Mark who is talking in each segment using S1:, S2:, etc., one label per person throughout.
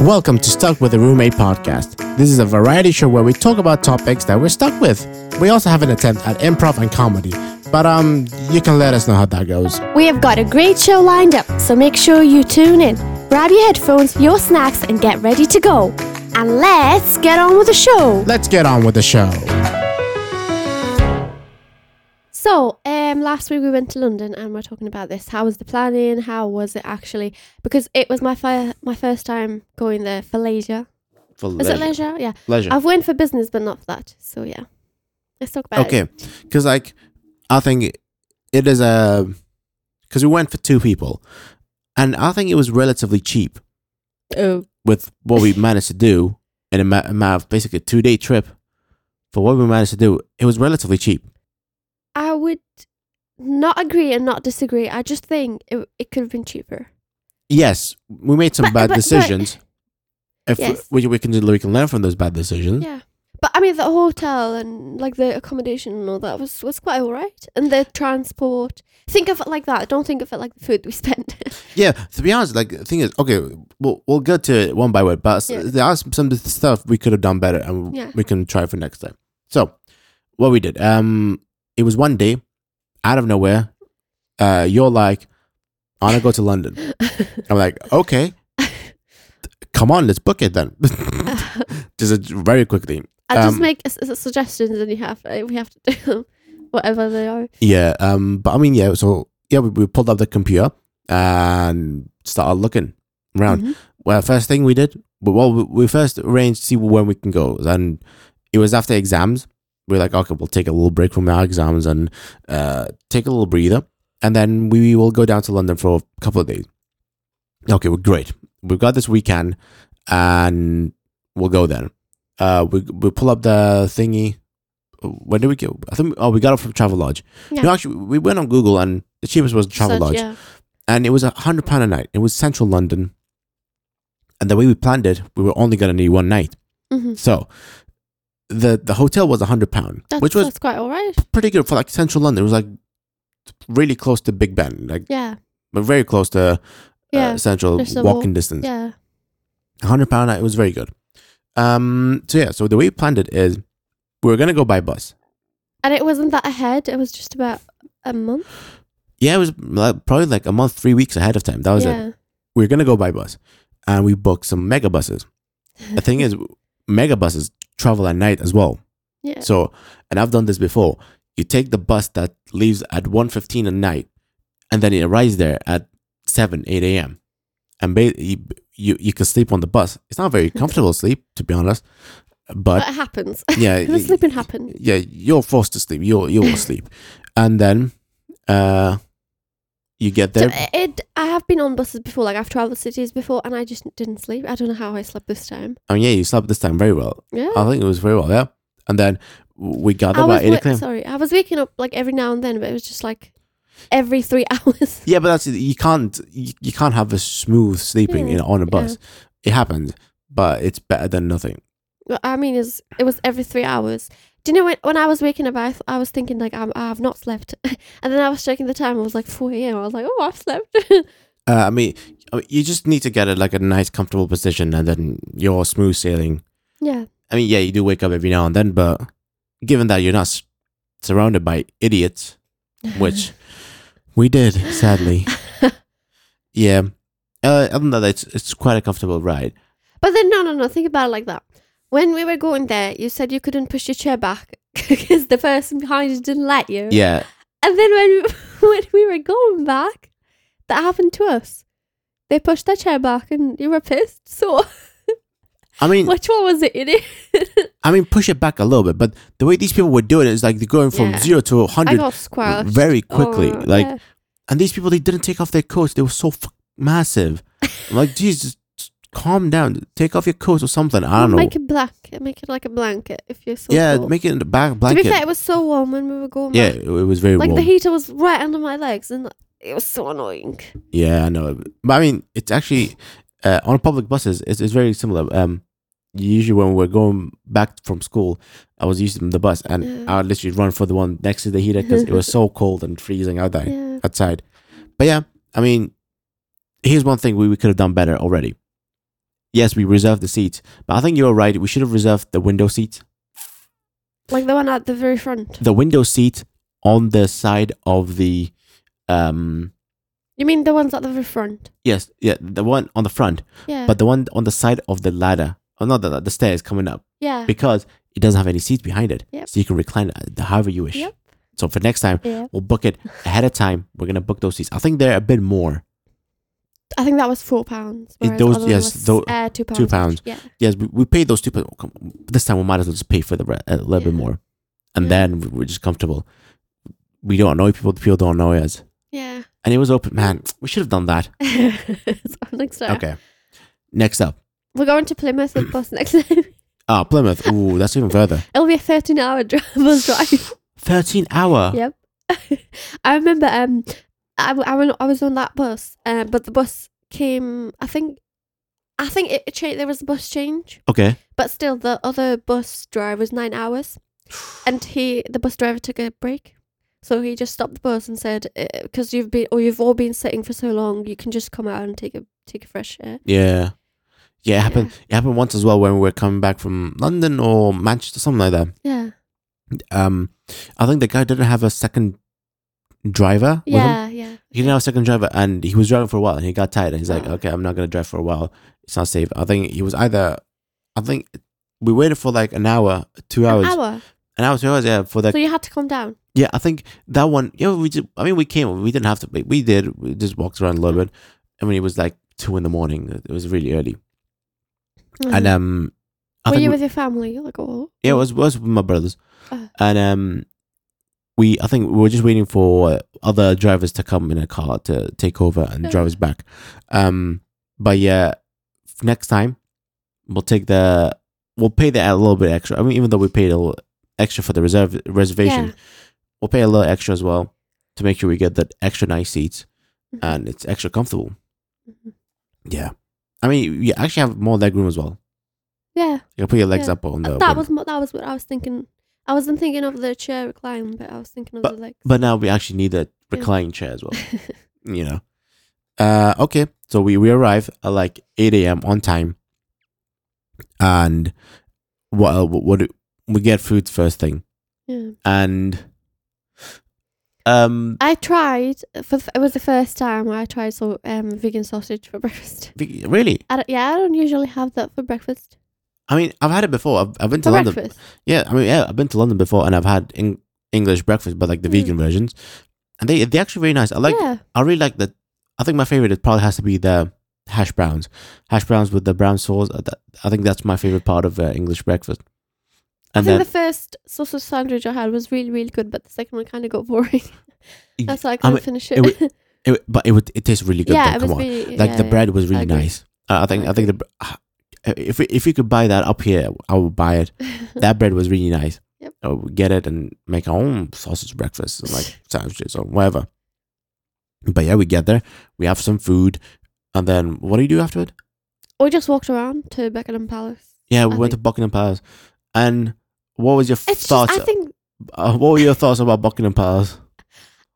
S1: Welcome to Stuck with a Roommate podcast. This is a variety show where we talk about topics that we're stuck with. We also have an attempt at improv and comedy, but um, you can let us know how that goes.
S2: We have got a great show lined up, so make sure you tune in. Grab your headphones, your snacks, and get ready to go. And let's get on with the show.
S1: Let's get on with the show.
S2: So, um, last week we went to London and we're talking about this. How was the planning? How was it actually? Because it was my fir- my first time going there for leisure.
S1: For
S2: Is it leisure? Oh, Yeah.
S1: Leisure.
S2: I've went for business, but not for that. So yeah, let's talk about it.
S1: Okay, because like I think it is a because we went for two people, and I think it was relatively cheap
S2: Oh,
S1: with what we managed to do in a ma- amount of basically a two day trip. For what we managed to do, it was relatively cheap.
S2: I would not agree and not disagree. I just think it, it could have been cheaper.
S1: Yes, we made some
S2: But-
S1: bad
S2: but- but-
S1: decisions. if
S2: Yes.
S1: we, we can we can learn from those bad decisions.
S2: Yeah. But I mean, the hotel and like the accommodation and all that was, was quite all right. And the transport. Think of it like that. Don't think of it like the food we spent.
S1: Yeah, to be honest, like the thing is, okay, we'll we'll get to it one by one, but s
S2: Yeah.
S1: there are some, some stuff we could have done better, and
S2: Yeah.
S1: we can try for next time. So, what we did, um, it was one day, out of nowhere, uh, you're like, I wanna go to London. I'm like, okay, come on, let's book it then, just uh, very quickly.
S2: I just
S1: Um,
S2: make s- s- suggestions and you have uh, we have to do them, whatever they are.
S1: Yeah, um, but I mean, yeah, so yeah, we, we pulled up the computer and started looking around.
S2: Mhm.
S1: Well, first thing we did, well, we, we first arranged to see when we can go, and it was after exams. We were like, okay, we'll take a little break from our exams and uh, take a little breather, and then we will go down to London for a couple of days. Okay, well, great. We've got this weekend, and we'll go then. Uh, we we pull up the thingy. When did we get? I think oh, we got it from Travelodge.
S2: Yeah.
S1: No, actually, we went on Google, and the cheapest was Travelodge
S2: Such- yeah.
S1: and it was a hundred pound a night. It was central London, and the way we planned it, we were only gonna need one night.
S2: Mhm.
S1: So the the hotel was a hundred pound,
S2: That's,
S1: which was
S2: that's quite all right.
S1: pretty good for like central London. It was like really close to Big Ben, like
S2: Yeah.
S1: but very close to
S2: Yeah.
S1: uh, central
S2: there's a
S1: walking
S2: walk.
S1: distance.
S2: yeah.
S1: A hundred pound a night. It was very good. Um. So yeah. So the way we planned it is we were gonna go by bus.
S2: And it wasn't that ahead. It was just about a month.
S1: Yeah, it was like, probably like a month, three weeks ahead of time. That was it.
S2: yeah.
S1: we we're gonna go by bus, and we booked some mega buses. The thing is, mega buses travel at night as well.
S2: Yeah.
S1: So, and I've done this before. You take the bus that leaves at 1.15 at night, and then it arrives there at seven, eight a.m. And ba- you, you you can sleep on the bus. It's not very comfortable sleep, to be honest. But
S2: But it happens.
S1: yeah,
S2: the sleeping happened.
S1: yeah, you're forced to sleep. You're you're asleep, and then, uh, you get
S2: So
S1: there.
S2: it, I have been on buses before, like I've travelled cities before, and I just didn't sleep. I don't know how I slept this time.
S1: I mean, Oh, yeah, you slept this time very well.
S2: Yeah,
S1: I think it was very well, yeah. And then we got
S2: I
S1: there
S2: was
S1: about eight
S2: wa-
S1: o'clock.
S2: sorry, I was waking up like every now and then, but it was just like every three hours.
S1: Yeah, but that's it. you can't you, you can't have a smooth sleeping
S2: Yeah,
S1: in, on a bus. It happens, but it's better than nothing.
S2: Well, I mean, is it was every three hours. Do you know when, when I was waking up, I, th- I was thinking like I'm, I have not slept, and then I was checking the time. It was like four a.m. I was like, oh, I've slept.
S1: Uh, I mean, I mean, you just need to get it like a nice, comfortable position, and then you're smooth sailing.
S2: yeah,
S1: I mean, yeah, you do wake up every now and then, but given that you're not s- surrounded by idiots, which we did sadly, yeah. Uh, other than that, it's it's quite a comfortable ride.
S2: but then no, no, no. Think about it like that. When we were going there, you said you couldn't push your chair back because the person behind you didn't let you.
S1: Yeah,
S2: And then when when we were going back, that happened to us. They pushed their chair back, and you were pissed. So
S1: I mean,
S2: which one was it? It is.
S1: I mean, push it back a little bit, but the way these people were doing it is like they're going from
S2: Yeah.
S1: zero to
S2: I
S1: 100
S2: got squashed
S1: very quickly.
S2: Oh,
S1: like,
S2: yeah.
S1: and these people, they didn't take off their coats. They were so f- massive. I'm like, Jesus, just calm down. Take off your coat or something. I don't know.
S2: Make it black. Make it like a blanket if you're so.
S1: yeah,
S2: cold.
S1: make it in the back
S2: to
S1: blanket.
S2: be fair, it was so warm when we were going.
S1: yeah,
S2: back.
S1: it was very
S2: like
S1: warm.
S2: the heater was right under my legs, and it was so annoying.
S1: Yeah, I know. But I mean, it's actually uh, on public buses. It's, it's very similar. Um, usually when we're going back from school, I was using the bus, and
S2: Yeah.
S1: I would literally run for the one next to the heater because it was so cold and freezing out there
S2: Yeah.
S1: outside. But yeah, I mean, here's one thing we, we could have done better already. yes, we reserved the seats, but I think you were right. We should have reserved the window seat,
S2: Like the one at the very front.
S1: the window seat on the side of the, um,
S2: You mean the ones at the very front?
S1: yes, yeah, the one on the front,
S2: Yeah.
S1: but the one on the side of the ladder, or not the, the stairs coming up,
S2: yeah.
S1: because it doesn't have any seats behind it,
S2: Yep.
S1: so you can recline it however you wish.
S2: Yep.
S1: So for next time,
S2: yeah.
S1: we'll book it ahead of time. We're gonna book those seats. I think they're a bit more.
S2: I think that was four pounds.
S1: It-
S2: whereas
S1: those-
S2: other one
S1: yes,
S2: was,
S1: tho-
S2: uh, two pounds.
S1: two
S2: each.
S1: pounds.
S2: Yeah.
S1: Yes, we, we paid those two, but come- this time we might as well just pay for the re- a little bit
S2: Yeah.
S1: more, and
S2: Yeah.
S1: then we- we're just comfortable. We don't annoy people; the people don't annoy us.
S2: Yeah.
S1: And it was open, man. We should have done that.
S2: so next time.
S1: Okay. Next up,
S2: We're going to Plymouth with bus next time.
S1: ah, Plymouth. Ooh, that's even further.
S2: It'll be a 13 hour dri- bus drive.
S1: Thirteen hour.
S2: Yeah. I remember um, I, w- I, went- I was on that bus, uh, but the bus came, I think, I think it changed, there was a bus change,
S1: Okay.
S2: but still the other bus driver was nine hours. And he, the bus driver took a break. So he just stopped the bus and said, because you've been, or you've all been sitting for so long, you can just come out and take a, take a fresh air.
S1: Yeah. Yeah, it happened. It happened once as well when we were coming back from London or Manchester, something like that.
S2: Yeah.
S1: Um, I think the guy didn't have a second driver. With him.
S2: Yeah. Yeah.
S1: he didn't have a second driver and he was driving for a while and he got tired and he's like
S2: Ah.
S1: okay i'm not going to drive for a while it's not safe i think he was either i think we waited for like an hour two hours
S2: An
S1: an hour,
S2: hour.
S1: two hours yeah for that
S2: So you had to come down.
S1: yeah i think that one yeah we just i mean we came we didn't have to but we did we just walked around a little bit i mean it was like two in the morning it was really early and um i
S2: Mm-hmm. were
S1: think
S2: you
S1: we-
S2: with your family? Like, oh,
S1: yeah, it was it was with my brothers,
S2: Ah.
S1: and um, we I think we were just waiting for other drivers to come in a car to take over and drive
S2: Uh.
S1: us back. Um, but yeah, f- next time we'll take the we'll pay that a little bit extra. I mean, even though we paid a little extra for the reserve reservation,
S2: Yeah.
S1: we'll pay a little extra as well to make sure we get that extra nice seats
S2: Mhm.
S1: and it's extra comfortable.
S2: Mhm.
S1: Yeah, I mean, you actually have more leg room as well.
S2: yeah.
S1: You can put your legs
S2: Yeah.
S1: up on the
S2: that
S1: window.
S2: was what that was what I was thinking. I wasn't thinking of the chair recline, but I was thinking of the legs.
S1: But now we actually need a
S2: Yeah.
S1: reclining chair as well. you know. Uh, okay, so we, we arrive at like 8 a.m. on time. And what, what, what do- we get food first thing.
S2: yeah.
S1: And um,
S2: I tried for the, it was the first time I tried so um vegan sausage for breakfast.
S1: vi- really,
S2: I don't, yeah, I don't usually have that for breakfast.
S1: I mean, I've had it before. I've, I've been to
S2: For
S1: London.
S2: breakfast,
S1: Yeah, I mean, yeah, I've been to London before and I've had Eng- English breakfast, but like the
S2: Mm.
S1: vegan versions. And they, they're actually very nice. I like,
S2: yeah,
S1: I really like the. I think my favorite it probably has to be the hash browns, hash browns with the brown sauce. Uh, that- I think that's my favorite part of uh, English breakfast.
S2: I
S1: And then
S2: think the first sausage sandwich I had was really really good, but the second one kind of got boring.
S1: Y-
S2: That's why I
S1: I
S2: couldn't
S1: mean,
S2: finish
S1: it
S2: it.
S1: was it, w- but it would it tastes really good. though,
S2: yeah, it
S1: come
S2: was
S1: on,
S2: really
S1: like
S2: yeah,
S1: the
S2: yeah.
S1: bread was
S2: I
S1: really
S2: agree.
S1: nice. Uh, I think
S2: I
S1: I think the br- ah, if we- if you could buy that up here, I would buy it. That bread was really nice.
S2: Yep.
S1: Uh, we get it and make our own sausage breakfast, and like sandwiches or whatever. But yeah, we get there, we have some food, and then what do you do afterward?
S2: we just walked around to Buckingham Palace.
S1: Yeah, we
S2: I
S1: went to
S2: think-
S1: Buckingham Palace. And what was your
S2: It's
S1: thoughts?
S2: just I think
S1: uh, what were your thoughts about Buckingham Palace?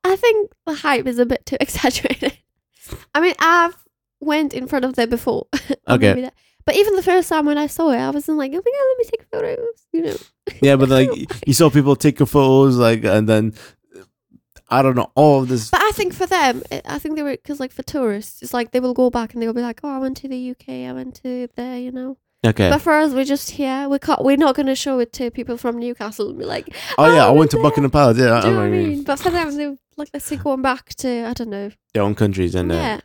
S2: I think the hype is a bit too exaggerated. I mean, I've went in front of there before. or
S1: Okay.
S2: maybe that- But even the first time when I saw it, I wasn't like, oh my god, let me take photos. You know,
S1: Yeah, but like you saw people taking photos, like, and then I don't know all of this.
S2: but I think for them, it, I think they were because like for tourists, it's like they will go back and they'll be like, oh, I went to the UK, I went to there, you know.
S1: Okay.
S2: But for us, we're just here. We can't. We're not going to show it to people from Newcastle and be like,
S1: Oh yeah, I
S2: oh,
S1: went to
S2: there.
S1: Buckingham Palace. Yeah,
S2: do you know what I
S1: I'm like,
S2: mean? But for them, they were like let's say going back to I don't know.
S1: their own countries and uh,
S2: yeah.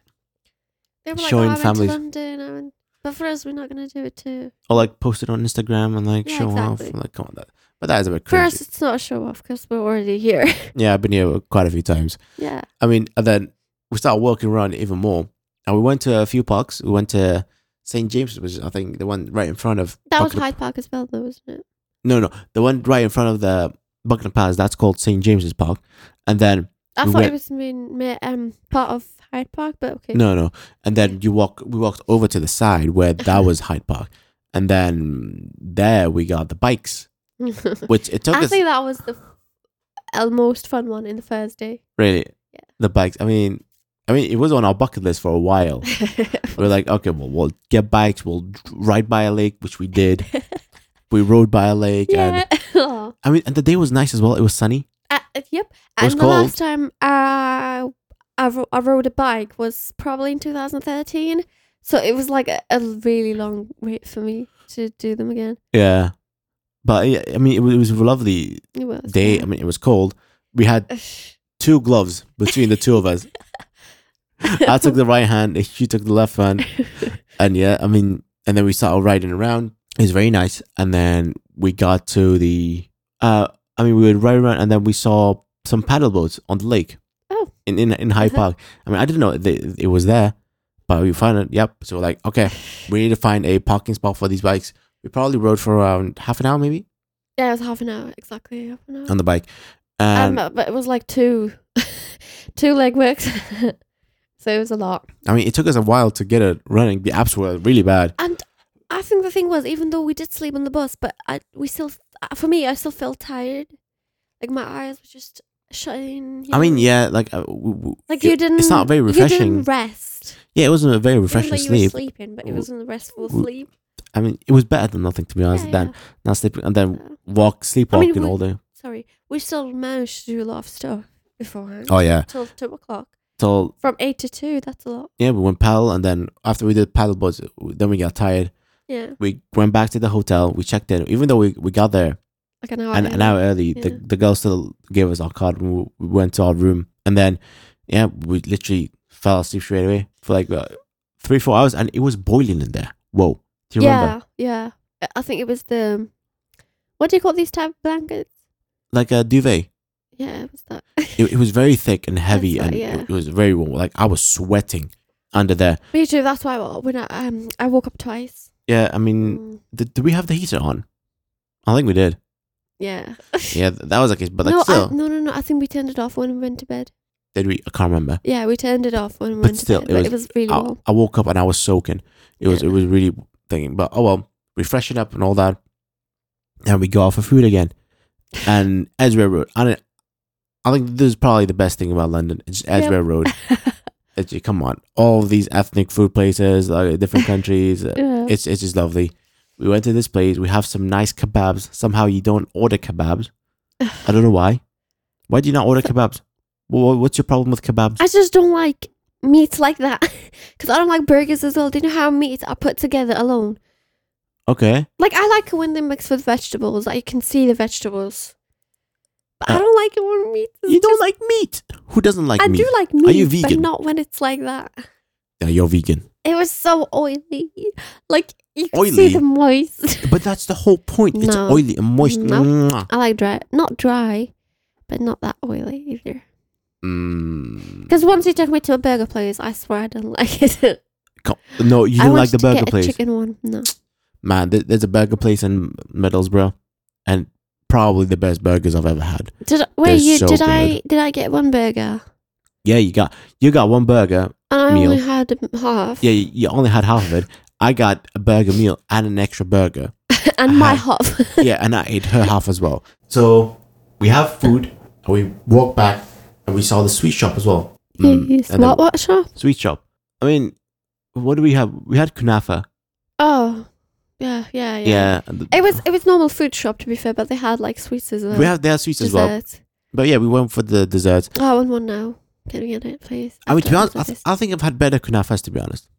S2: They were like,
S1: showing
S2: oh, I went
S1: families-
S2: to London. I went. But for us, we're not going to do it to
S1: or like post it on Instagram and like
S2: Yeah,
S1: show
S2: exactly.
S1: off. Like, come on, that. But that is a bit
S2: For
S1: crazy.
S2: us, it's not a show off because we're already here.
S1: yeah, I've been here quite a few times.
S2: yeah.
S1: I mean, and then we started walking around even more, and we went to a few parks. We went to St James's, which is I think the one right in front of
S2: That was
S1: Buckingham-
S2: Hyde Park as well, though, wasn't it?
S1: No, no, the one right in front of the Buckingham Palace. That's called St James's Park, and then
S2: I
S1: We
S2: thought
S1: went-
S2: it was main, ma- um, part of Hyde Park, but okay.
S1: no, no, and then you walk. We walked over to the side where that was Hyde Park, and then there we got the bikes, which it took
S2: I
S1: us
S2: think that was the f- uh, most fun one in the first day.
S1: really the bikes. I mean, I mean, it was on our bucket list for a while. we are like, okay, well, we'll get bikes, we'll dr- ride by a lake, which we did. we rode by a lake, and
S2: yeah. Aw.
S1: I mean, and the day was nice as well. It was sunny.
S2: Uh, uh, yep.
S1: It
S2: And
S1: was
S2: the
S1: cold.
S2: last time uh, I, ro- I rode a bike was probably in 2013. So it was like a, a really long wait for me to do them again.
S1: Yeah, but yeah, I mean, it was, it was a lovely
S2: It was.
S1: day. I mean, it was cold. We had two gloves between the two of us. I took the right hand, she took the left hand, and yeah, I mean, and then we started riding around. It was very nice, and then we got to the. uh I mean, we would ride around, and then we saw some paddle boats on the lake.
S2: Oh.
S1: In in in Hyde
S2: Uh-huh.
S1: Park. I mean, I didn't know they, it was there, but we found it. Yep. So we're like, okay, we need to find a parking spot for these bikes. We probably rode for around half an hour, maybe,
S2: yeah, it was half an hour. Exactly half an hour.
S1: on the bike.
S2: Um,
S1: And
S2: but it was like two, two leg works. so it was a lot.
S1: I mean, it took us a while to get it running. The apps were really bad.
S2: I think the thing was, even though we did sleep on the bus, but I we still, uh, for me, I still felt tired. Like my eyes were just shutting. you
S1: I mean,
S2: know?
S1: yeah, like uh, w- w-
S2: like you
S1: it-
S2: didn't.
S1: It's not very
S2: You
S1: refreshing.
S2: didn't rest.
S1: yeah, it wasn't a very
S2: Even though
S1: refreshing
S2: you were
S1: sleep.
S2: sleeping, but it
S1: W-
S2: wasn't a restful
S1: w-
S2: sleep.
S1: I mean, it was better than nothing, to be honest.
S2: Yeah,
S1: than
S2: yeah.
S1: not sleeping and then
S2: So,
S1: walk sleepwalking
S2: we-
S1: all day.
S2: sorry, we still managed to do a lot of stuff beforehand.
S1: Oh yeah,
S2: Till two o'clock,
S1: till
S2: from eight to two. That's a lot.
S1: yeah, we went paddle, and then after we did paddle boats, then we got tired.
S2: Yeah,
S1: We went back to the hotel. We checked in, even though we, we got there
S2: like an hour.
S1: an,
S2: early.
S1: an hour early. The
S2: Oh, Yeah.
S1: the girl still gave us our card. And we we went to our room, and then yeah, we literally fell asleep straight away for like uh, three four hours, and it was boiling in there. Whoa, do you
S2: yeah,
S1: remember?
S2: yeah. I- I think it was the what do you call these type of blankets?
S1: Like a duvet.
S2: Yeah, it was that.
S1: it, it was very thick and heavy
S2: That's
S1: and
S2: right, yeah.
S1: it was very warm. Like I was sweating under there.
S2: Me too. That's why I- when I um I woke up twice.
S1: Yeah, I mean,
S2: Mm,
S1: did, did we have the heater on? I think we did.
S2: yeah.
S1: Yeah, th- that was the case. But like
S2: no,
S1: still,
S2: I, no, no, no. I think we turned it off when we went to bed.
S1: did we? I can't remember.
S2: Yeah, we turned it off when we
S1: But
S2: went
S1: still,
S2: to
S1: it
S2: bed. but
S1: was-
S2: it was really
S1: I,
S2: warm.
S1: I woke up and I was soaking. It was
S2: Yeah.
S1: it was really thinking. But oh well, refreshing up and all that. And we go out for food again. And Edgware Road. I don't, I think this is probably the best thing about London. It's just Edgware Road. It's, come on, all these ethnic food places, like different countries. uh,
S2: Yeah.
S1: It's it's just lovely. We went to this place. We have some nice kebabs. Somehow you don't order kebabs. I don't know why. Why do you not order kebabs? Wha- What's your problem with kebabs?
S2: I just don't like meats like that because I don't like burgers as well. Do you know how meats are put together alone?
S1: Okay.
S2: Like I like it when they're mixed with vegetables. Like you can see the vegetables. But
S1: Uh,
S2: I don't like it when meat. is
S1: You don't
S2: just-
S1: like meat. Who doesn't like
S2: I
S1: meat?
S2: do like meat,
S1: you
S2: but
S1: vegan?
S2: not when it's like that.
S1: Yeah, you're vegan.
S2: It was so oily. Like you could
S1: Oily?
S2: see the moist.
S1: But that's the whole point. It's
S2: No.
S1: oily and moist.
S2: No.
S1: Mwah.
S2: I like dry, not dry, but not that oily either.
S1: Mm.
S2: Because once you took me to a burger place, I swear I didn't like it.
S1: Co- No, you
S2: I
S1: didn't
S2: wanted
S1: like the
S2: to
S1: burger
S2: get
S1: place.
S2: A chicken one, no.
S1: Man, th- there's a burger place in Middlesbrough and probably the best burgers I've ever had.
S2: Did I, wait,
S1: They're
S2: you
S1: so
S2: did I did I get one burger
S1: Yeah, you got you got one burger
S2: and I
S1: Meal.
S2: only had half
S1: Yeah, you you only had half of it. I got a burger meal and an extra burger.
S2: and my
S1: half.
S2: half.
S1: Yeah, and I ate her half as well. So we have food and we walk back and we saw the sweet shop as well. Mm,
S2: You
S1: and then-
S2: smart watch shop?
S1: Sweet shop. I mean, what do we have? We had kunafa.
S2: Oh, yeah, yeah, yeah.
S1: Yeah. and the-
S2: It was it was normal food shop to be fair, but they had like sweets as well.
S1: we have their sweets as well.
S2: desserts.
S1: But yeah, we went for the desserts.
S2: Oh, I want one now. Can we get it, please?
S1: I mean, to be honest,
S2: After
S1: I,
S2: this.
S1: th- I think I've had better kunafas, to be honest.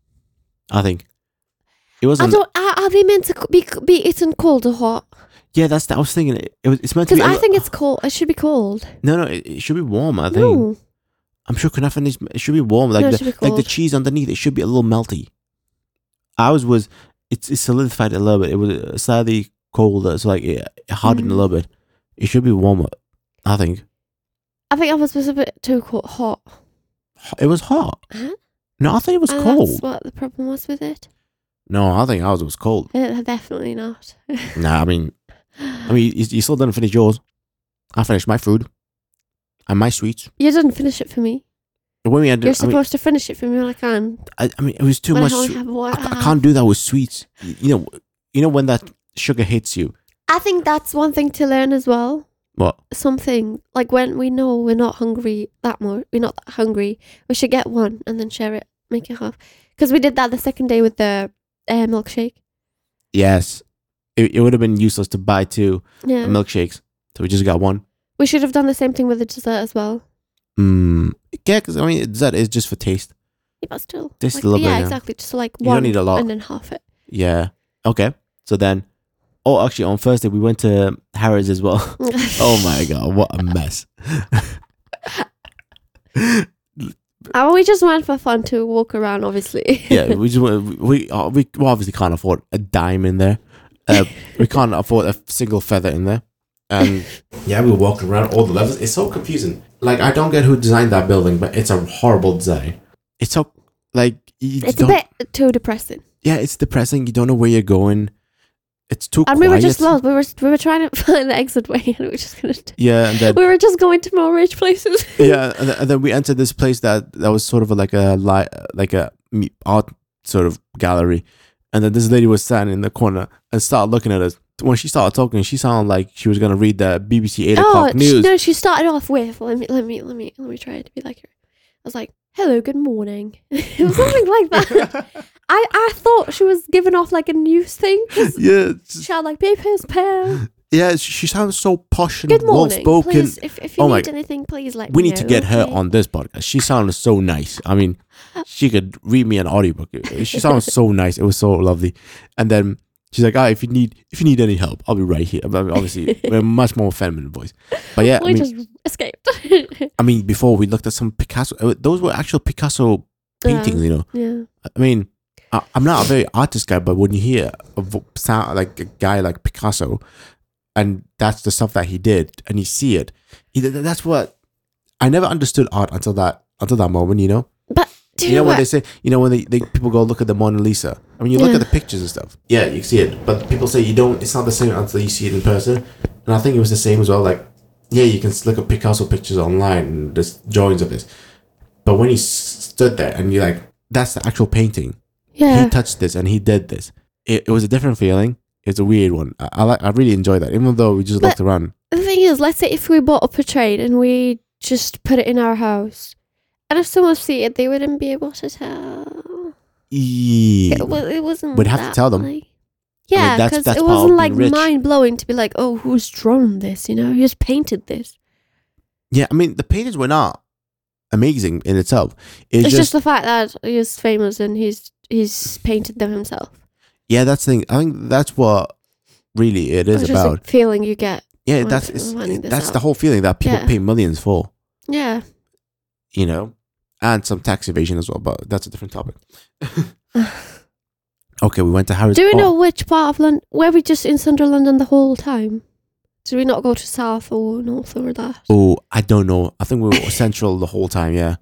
S1: I think. It
S2: I
S1: wasn't.
S2: don't. Are, are they meant to c- be be eaten cold or hot?
S1: Yeah, that's. I was thinking it, it was. It's meant to
S2: Because
S1: be.
S2: I think it's cold. It should be cold.
S1: no, no. It, it should be warm. I think.
S2: No,
S1: I'm sure kunafa needs. It should be warm. Like
S2: no,
S1: the,
S2: it should be
S1: like the
S2: cold.
S1: cheese underneath it should be a little melty ours was it's it solidified a little bit it was uh, slightly colder so like it it hardened a
S2: Mm.
S1: little bit it should be warmer i think
S2: I think I was was a bit too cold, hot.
S1: H- it was hot
S2: Huh?
S1: no i thought it was
S2: and
S1: cold
S2: That's what the problem was with it.
S1: no i think ours was cold
S2: Uh, definitely not.
S1: nah i mean i mean you, you still didn't finish yours i finished my food and my sweets
S2: you didn't finish it for me.
S1: when we ended
S2: You're
S1: I mean,
S2: supposed to finish it for me when I can.
S1: I, I mean it was too
S2: when
S1: much
S2: I only
S1: swe-
S2: have one.
S1: I, ca- I can't do that with sweets you know you know when that sugar hits you
S2: I think that's one thing to learn as well.
S1: What?
S2: something like when we know we're not hungry that much, we're not that hungry, we should get one and then share it, make it half. Because we did that the second day with the uh, milkshake.
S1: Yes. It, it would have been useless to buy two
S2: Yeah.
S1: milkshakes. So we just got one.
S2: we should have done the same thing with the dessert as well.
S1: Mm. Yeah, because I mean, dessert is just for taste.
S2: Yeah, but still.
S1: Just
S2: like,
S1: a little
S2: yeah,
S1: bit, yeah.
S2: exactly. Just like
S1: You
S2: one
S1: don't need a lot.
S2: and then half it.
S1: Yeah. Okay. So then, oh, actually, on Thursday, we went to Harrods as well. Oh my god, what a mess.
S2: And Uh, we just went for fun to walk around, obviously.
S1: yeah, we just went- we uh, we well, obviously can't afford a dime in there. Uh, we can't afford a single feather in there. And yeah, we walked around all the levels. It's so confusing. Like I don't get who designed that building, but it's a horrible design. It's so like you
S2: it's a
S1: don't.
S2: bit too depressing.
S1: yeah, it's depressing. You don't know where you're going. It's too.
S2: And
S1: quiet.
S2: we were just lost. We were we were trying to find the exit way, and we were just gonna.
S1: Yeah, and then
S2: We were just going to more rich places.
S1: yeah, and then, and then we entered this place that that was sort of like a li- like a me- art sort of gallery, and then this lady was standing in the corner and started looking at us. When she started talking, she sounded like she was gonna read the BBC eight
S2: Oh
S1: o'clock
S2: she-
S1: news.
S2: no! She started off with let me let me let me let me try to be like her. I was like, "Hello, good morning," it was something like that. I I thought she was giving off like a news thing.
S1: yeah, it's-
S2: She had like papers, pen.
S1: yeah, she sounds so posh and
S2: Good
S1: well
S2: morning.
S1: spoken.
S2: Please, if if you
S1: Oh my-
S2: need anything, please let
S1: We
S2: me
S1: need to
S2: know,
S1: get her
S2: okay?
S1: on this podcast. She sounded so nice. I mean, she could read me an audiobook. She sounded so nice. It was so lovely. And then she's like, "Ah, if you need if you need any help, I'll be right here." But obviously, we're much more feminine voice. But yeah, I
S2: we
S1: mean,
S2: just escaped. Yeah.
S1: I mean, before we looked at some Picasso. uh, Those were actual Picasso paintings. You know,
S2: yeah.
S1: I mean, I, I'm not a very artist guy, but when you hear a vo- sound like a guy like Picasso, and that's the stuff that he did, and you see it, he- th- that's what I never understood art until that until that moment. You know,
S2: But do you,
S1: you know
S2: know
S1: when
S2: what?
S1: they say, you know, when they, they people go look at the Mona Lisa. I mean, you look
S2: Yeah.
S1: at the pictures and stuff. Yeah, you see it, but people say you don't. It's not the same until you see it in person. And I think it was the same as well. Like, yeah, you can s- look at Picasso pictures online and there's drawings of this, but when he s- stood there and you're like, that's the actual painting.
S2: yeah.
S1: He touched this and he did this. It, it was a different feeling. It's a weird one. I, I like. I really enjoyed that, even though we just
S2: But-
S1: looked around.
S2: the thing is, let's say if we bought a portrait and we just put it in our house, and if someone see it, they wouldn't be able to tell.
S1: Yeah.
S2: It, wa- it wasn't.
S1: We'd have to
S2: that,
S1: tell them.
S2: like- yeah,
S1: that's-
S2: because
S1: that's
S2: it
S1: part of
S2: wasn't
S1: being
S2: like
S1: rich.
S2: mind blowing to be like, oh, who's drawn this? You know, who's painted this?
S1: yeah. I mean, the paintings were not amazing in itself. It's,
S2: It's,
S1: just
S2: just, the fact that he's famous and he's he's painted them himself.
S1: Yeah, that's the thing. I think that's what really it is
S2: it's just
S1: about.
S2: a feeling you get.
S1: yeah,
S2: I'm
S1: that's
S2: fi-
S1: it's,
S2: I'm finding this
S1: that's the
S2: out.
S1: whole feeling that people
S2: Yeah.
S1: pay millions for,
S2: Yeah.
S1: you know, and some tax evasion as well. But that's a different topic. okay, we went to Harrods.
S2: Do we
S1: Oh,
S2: know which part of London? Were we just in central London the whole time? Did we not go to south or north or that?
S1: Oh, I don't know. I think we were central the whole time. Yeah,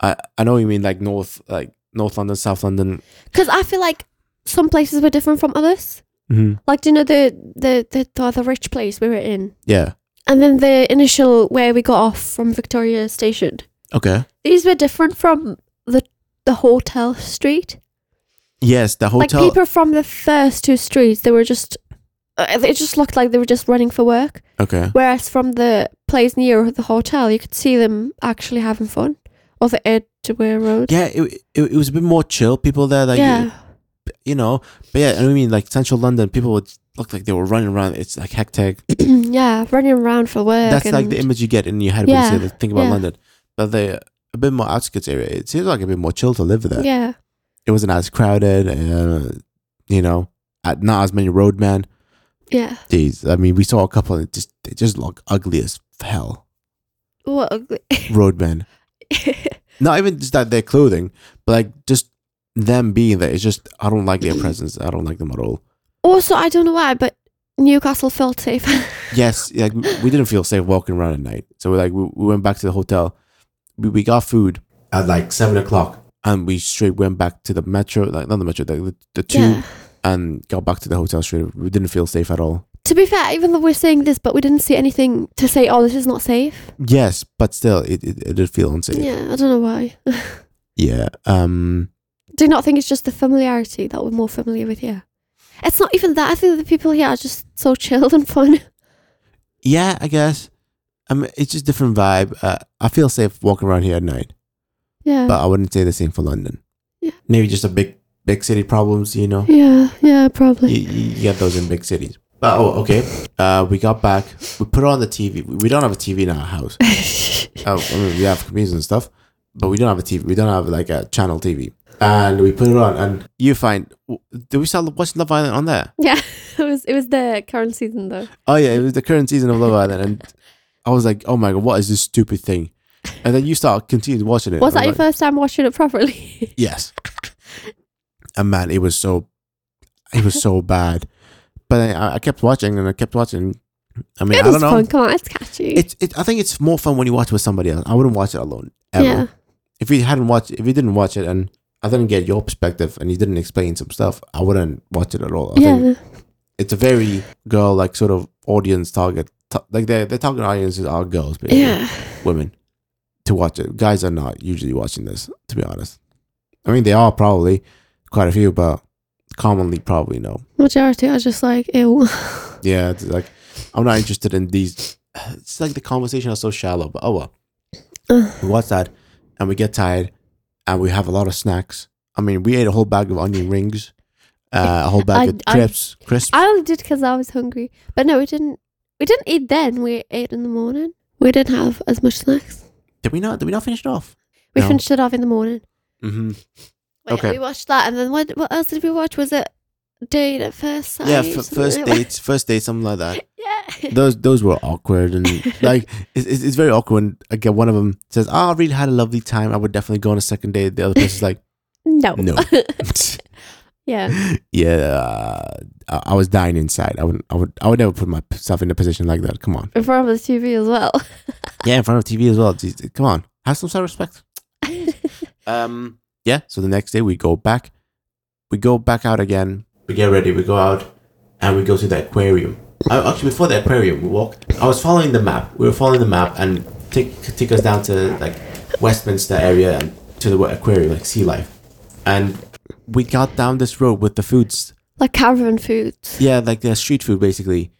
S1: I I know you mean like north, like North London, South London.
S2: Because I feel like some places were different from others.
S1: hmm
S2: Like, do you know the the the, the other rich place we were in,
S1: Yeah.
S2: and then the initial where we got off from Victoria Station?
S1: Okay.
S2: These were different from the the hotel street.
S1: Yes, the
S2: Like
S1: hotel.
S2: people from the first two streets, they were just. uh, It just looked like they were just running for work.
S1: okay.
S2: Whereas from the place near the hotel, you could see them actually having fun. Or the Edgware Road.
S1: Yeah, it, it, it was a bit more chill. People there, like
S2: yeah.
S1: you know. But yeah, I mean, like central London, people would look like they were running around. It's like hectic.
S2: yeah, running around for work.
S1: That's like
S2: and-
S1: the image you get in your head when you
S2: Yeah,
S1: say, the- think about
S2: yeah.
S1: London. But the a bit more outskirts area, it seems like a bit more chill to live there.
S2: Yeah.
S1: It wasn't as crowded, uh, you know, at not as many roadmen.
S2: Yeah.
S1: Jeez, I mean, we saw a couple and just they just look ugly as hell.
S2: What ugly.
S1: Roadmen, not even just that their clothing, but like just them being there. It's just I don't like their presence. I don't like them at all.
S2: also, I don't know why, but Newcastle felt safe.
S1: yes, like we we didn't feel safe walking around at night. So like we, we went back to the hotel. We, we got food at like seven o'clock, and we straight went back to the metro, like not the metro, the, the, the tube,
S2: yeah.
S1: and got back to the hotel straight. We didn't feel safe at all.
S2: To be fair, even though we're saying this, but we didn't see anything to say, oh, this is not safe.
S1: Yes, but still, it, it, it did feel unsafe. Yeah.
S2: Yeah, I don't know why.
S1: Um.
S2: Do you not think it's just the familiarity that we're more familiar with here? It's not even that. I think the people here are just so chilled and fun.
S1: Yeah, I guess. I mean, it's just different vibe. Uh, I feel safe walking around here at night,
S2: Yeah.
S1: but I wouldn't say the same for London.
S2: Yeah.
S1: Maybe just a big, big city problems, you know?
S2: yeah. Yeah. Probably.
S1: You, you you get those in big cities. But, oh, okay. Uh, we got back. We put on the TV. We we don't have a TV in our house. Oh, I mean, we have computers and stuff, but we don't have a TV. We don't have like a channel TV. And we put it on, and you find. w- Did we start watching Love Island on there?
S2: yeah. It was. It was the current season though.
S1: Oh yeah, it was the current season of Love Island, and I was like, "Oh my god, what is this stupid thing?" And then you start continue watching it. I'm
S2: was that your
S1: like,
S2: first time watching it properly?
S1: Yes. And man, it was so, it was so bad. But I, I kept watching and I kept watching. I mean,
S2: it
S1: I
S2: was
S1: don't know.
S2: fun. Come on, it's catchy.
S1: It's it. I think it's more fun when you watch with somebody else. I wouldn't watch it alone ever.
S2: yeah.
S1: if we hadn't watched if we didn't watch it and I didn't get your perspective and you didn't explain some stuff, I wouldn't watch it at all. I think
S2: Yeah.
S1: it's a very girl like sort of audience target ta- like their their target audiences are girls, basically,
S2: Yeah.
S1: women to watch it. Guys are not usually watching this, to be honest. I mean they are probably quite a few, but commonly probably no.
S2: Majority are just like ew.
S1: Yeah, it's like I'm not interested in these it's like the conversation are so shallow, but oh well. we watch that and we get tired and we have a lot of snacks. I mean, we ate a whole bag of onion rings, uh, a whole bag
S2: I-
S1: of
S2: I-
S1: crisps, crisps.
S2: I only did because I was hungry. But no, we didn't. We didn't eat then. We ate in the morning. We didn't have as much snacks.
S1: did we not? Did we not finish it off?
S2: We
S1: No.
S2: finished it off in the morning.
S1: Mm-hmm.
S2: Wait,
S1: Okay.
S2: We watched that, and then what? What else did we watch? Was it date at first sight?
S1: Yeah,
S2: or
S1: f-
S2: something
S1: first
S2: like that?
S1: dates, first date, something like that.
S2: yeah.
S1: Those those were awkward and like it's, it's, it's very awkward. When again, one of them says, "Oh, I really had a lovely time. I would definitely go on a second date." The other person's like,
S2: No.
S1: "No."
S2: yeah.
S1: yeah, uh, I, I was dying inside. I would I would I would never put myself in a position like that. Come on.
S2: In front of the TV as well.
S1: Yeah, in front of TV as well. Jeez, Come on, have some self respect. Um, yeah. So the next day we go back, we go back out again. We get ready. We go out, and we go to the aquarium. Uh, actually, before the aquarium, we walked. I was following the map. We were following the map, and take take us down to like Westminster area and to the aquarium, like sea life. And we got down this road with the foods
S2: like caravan foods.
S1: yeah, like the street food basically,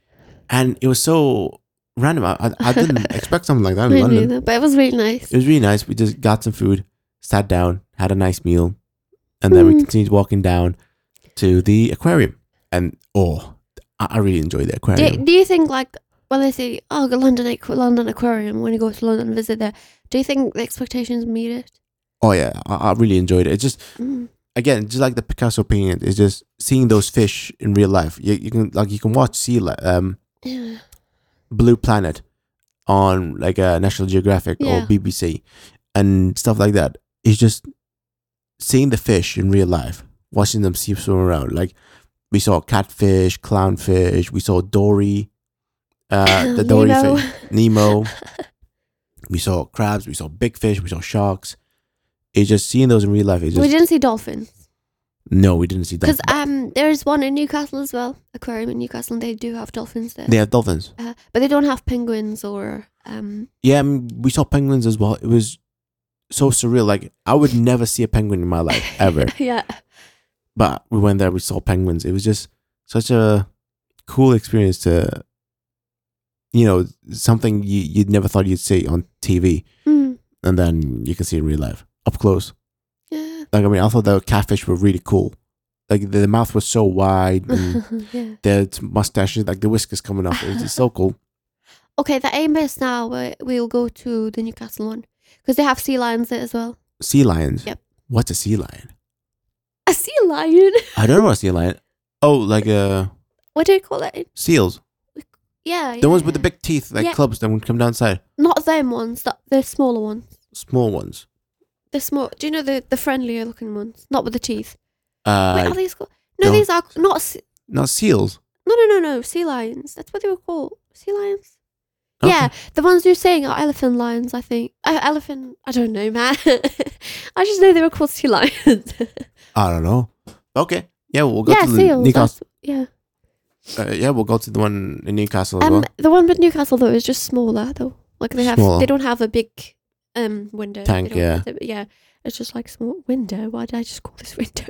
S1: and it was so random. I, I, I didn't expect something like that in
S2: Me
S1: London.
S2: neither, but it was really nice.
S1: It was really nice. We just got some food, sat down, had a nice meal, and then we
S2: Mm.
S1: continued walking down to the aquarium. And oh, I, I really enjoyed the aquarium.
S2: Do, do you think like when they say oh go London Aqu- London Aquarium when you go to London and visit there, do you think the expectations meet it?
S1: oh yeah, I, I really enjoyed it. It's just
S2: Mm.
S1: again, just like the Picasso painting, it's just seeing those fish in real life. You, you can like you can watch sea li- um
S2: Yeah.
S1: Blue Planet on like a National Geographic
S2: Yeah.
S1: or BBC and stuff like that. It's just seeing the fish in real life, watching them see swim around. Like we saw catfish, clownfish, we saw Dory, uh, the Dory
S2: Nemo.
S1: fish, Nemo. we saw crabs, we saw big fish, we saw sharks. It's just seeing those in real life. It's just
S2: we didn't see dolphins
S1: no, we didn't see
S2: because
S1: dolphins.
S2: um there is one in Newcastle as well aquarium in Newcastle and they do have dolphins there,
S1: They have dolphins.
S2: uh, but they don't have penguins or um
S1: Yeah, I mean, we saw penguins as well. It was so surreal. Like I would never see a penguin in my life ever.
S2: yeah
S1: but we went there we saw penguins it was just such a cool experience to you know something you, you'd never thought you'd see on tv
S2: Mm.
S1: and then you can see it in real life up close
S2: yeah
S1: like i mean i thought the catfish were really cool like their mouth was so wide and
S2: yeah
S1: their mustaches like the whiskers coming off it was just so cool
S2: okay the aim is now we we'll go to the Newcastle one because they have sea lions there as well
S1: sea lions
S2: Yep.
S1: what's a sea lion
S2: a sea lion
S1: i don't know a sea lion oh like uh
S2: what do you call it
S1: seals
S2: yeah
S1: the ones with the big teeth like
S2: Yeah.
S1: clubs that would come down side
S2: not them ones the, the smaller ones
S1: small ones
S2: the small do you know the the friendlier looking ones not with the teeth
S1: uh
S2: Wait, are these called no
S1: don't-
S2: these are not se-
S1: not seals
S2: No, no, no, no. Sea lions. That's what they were called. Sea lions.
S1: Okay.
S2: Yeah, the ones you're saying are elephant lions, I think. Uh, elephant. I don't know, man. I just know they were called sea lions.
S1: I don't know. Okay. Yeah, we'll go
S2: yeah,
S1: to the
S2: seals.
S1: Newcastle.
S2: that's- Yeah.
S1: Uh, yeah, we'll go to the one in Newcastle as
S2: Um,
S1: well.
S2: the one with Newcastle though is just smaller though. Like they have,
S1: Smaller.
S2: they don't have a big um window. They
S1: Tank,
S2: don't-
S1: yeah.
S2: they- yeah. It's just like small window. Why did I just call this window?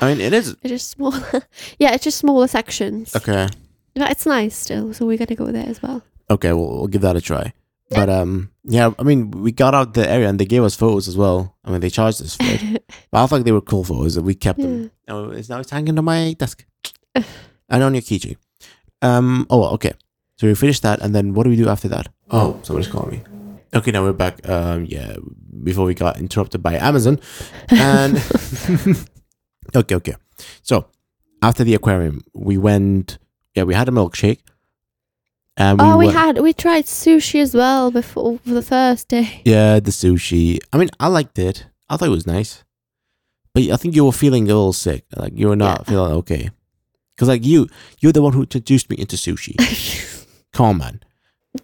S1: I mean, it is
S2: it's just smaller. yeah, it's just smaller sections.
S1: okay.
S2: But it's nice still, so we're gonna go there as well.
S1: Okay, we'll, we'll give that a try. But
S2: Uh,
S1: um, yeah, I mean, we got out the area and they gave us photos as well. I mean, they charged us for it, but I thought they were cool photos and we kept
S2: Yeah.
S1: them. Oh, it's now it's hanging on my desk and on your keychain. Um. Oh, well, okay. So we finished that, and then what do we do after that? Oh, somebody's calling me. Okay, now we're back. Um, yeah, before we got interrupted by Amazon, and okay, okay. So after the aquarium, we went. Yeah, we had a milkshake. And
S2: oh, we
S1: went-
S2: had we tried sushi as well before for the first day.
S1: Yeah, the sushi. I mean, I liked it. I thought it was nice, but I think you were feeling a little sick. Like you were not
S2: Yeah.
S1: feeling okay, because like you, you're the one who introduced me into sushi. Come on, man.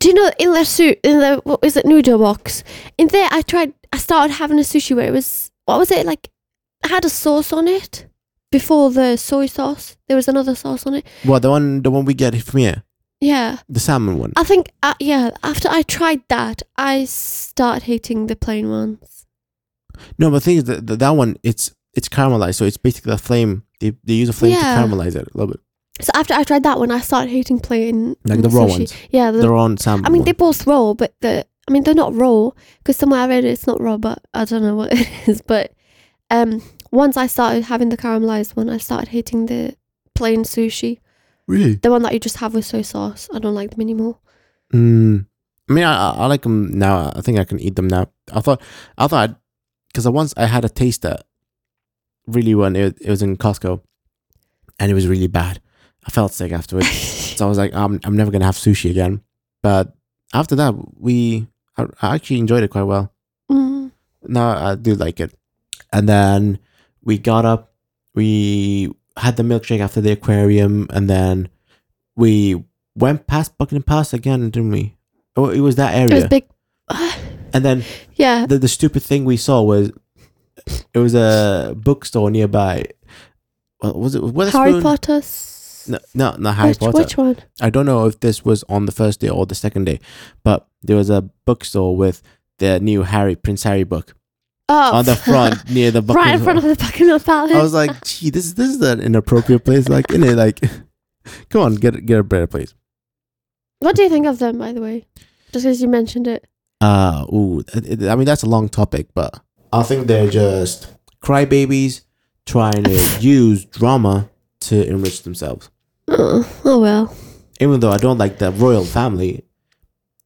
S2: Do you know in the su- in the what is it noodle box? In there, I tried. I started having a sushi where it was what was it like? It had a sauce on it before the soy sauce. There was another sauce on it.
S1: Well, the one, the one we get from here,
S2: Yeah,
S1: the salmon one.
S2: I think uh, yeah. After I tried that, I start hating the plain ones.
S1: No, but the thing is that that- that one, it's it's caramelized, so it's basically a flame. They they use a flame
S2: Yeah.
S1: to caramelize it a little bit,
S2: So after I tried that one, I started hating plain
S1: like the raw
S2: sushi.
S1: ones,
S2: Yeah, the
S1: the raw salmon.
S2: I mean,
S1: one.
S2: they're both raw, but the I mean, they're not raw because somewhere I read it's not raw, but I don't know what it is. But um, once I started having the caramelized one, I started hating the plain sushi,
S1: really.
S2: the one that you just have with soy sauce. I don't like them anymore.
S1: Mm. I mean, I, I- I like them now. I think I can eat them now. I thought, I thought, because I once I had a taster, really when it, it was in Costco, and it was really bad. I felt sick afterwards, so I was like, I'm I'm never gonna have sushi again. But after that, we I, I actually enjoyed it quite well.
S2: Mm.
S1: No, I do like it. And then we got up, we had the milkshake after the aquarium, and then we went past Buckingham Pass again, didn't we? Oh, it was that
S2: It was
S1: area.
S2: big.
S1: and then
S2: yeah,
S1: the, the stupid thing we saw was it was a bookstore nearby. What was it? Weatherspoon?
S2: Harry Potter's.
S1: No, no, not Harry
S2: which,
S1: Potter.
S2: Which one?
S1: I don't know if this was on the first day or the second day, but there was a bookstore with the new Harry Prince Harry book
S2: Oh,
S1: on the front near the
S2: right in
S1: Buckingham-
S2: front of the Buckingham Palace.
S1: I was like, gee, this this is an inappropriate place. Like, in it, like, come on, get get a better place.
S2: what do you think of them, by the way? Just because you mentioned it.
S1: Uh, ooh, it- it- I mean that's a long topic, but I think they're just crybabies trying to use drama to enrich themselves.
S2: Oh, oh well.
S1: Even though I don't like the royal family,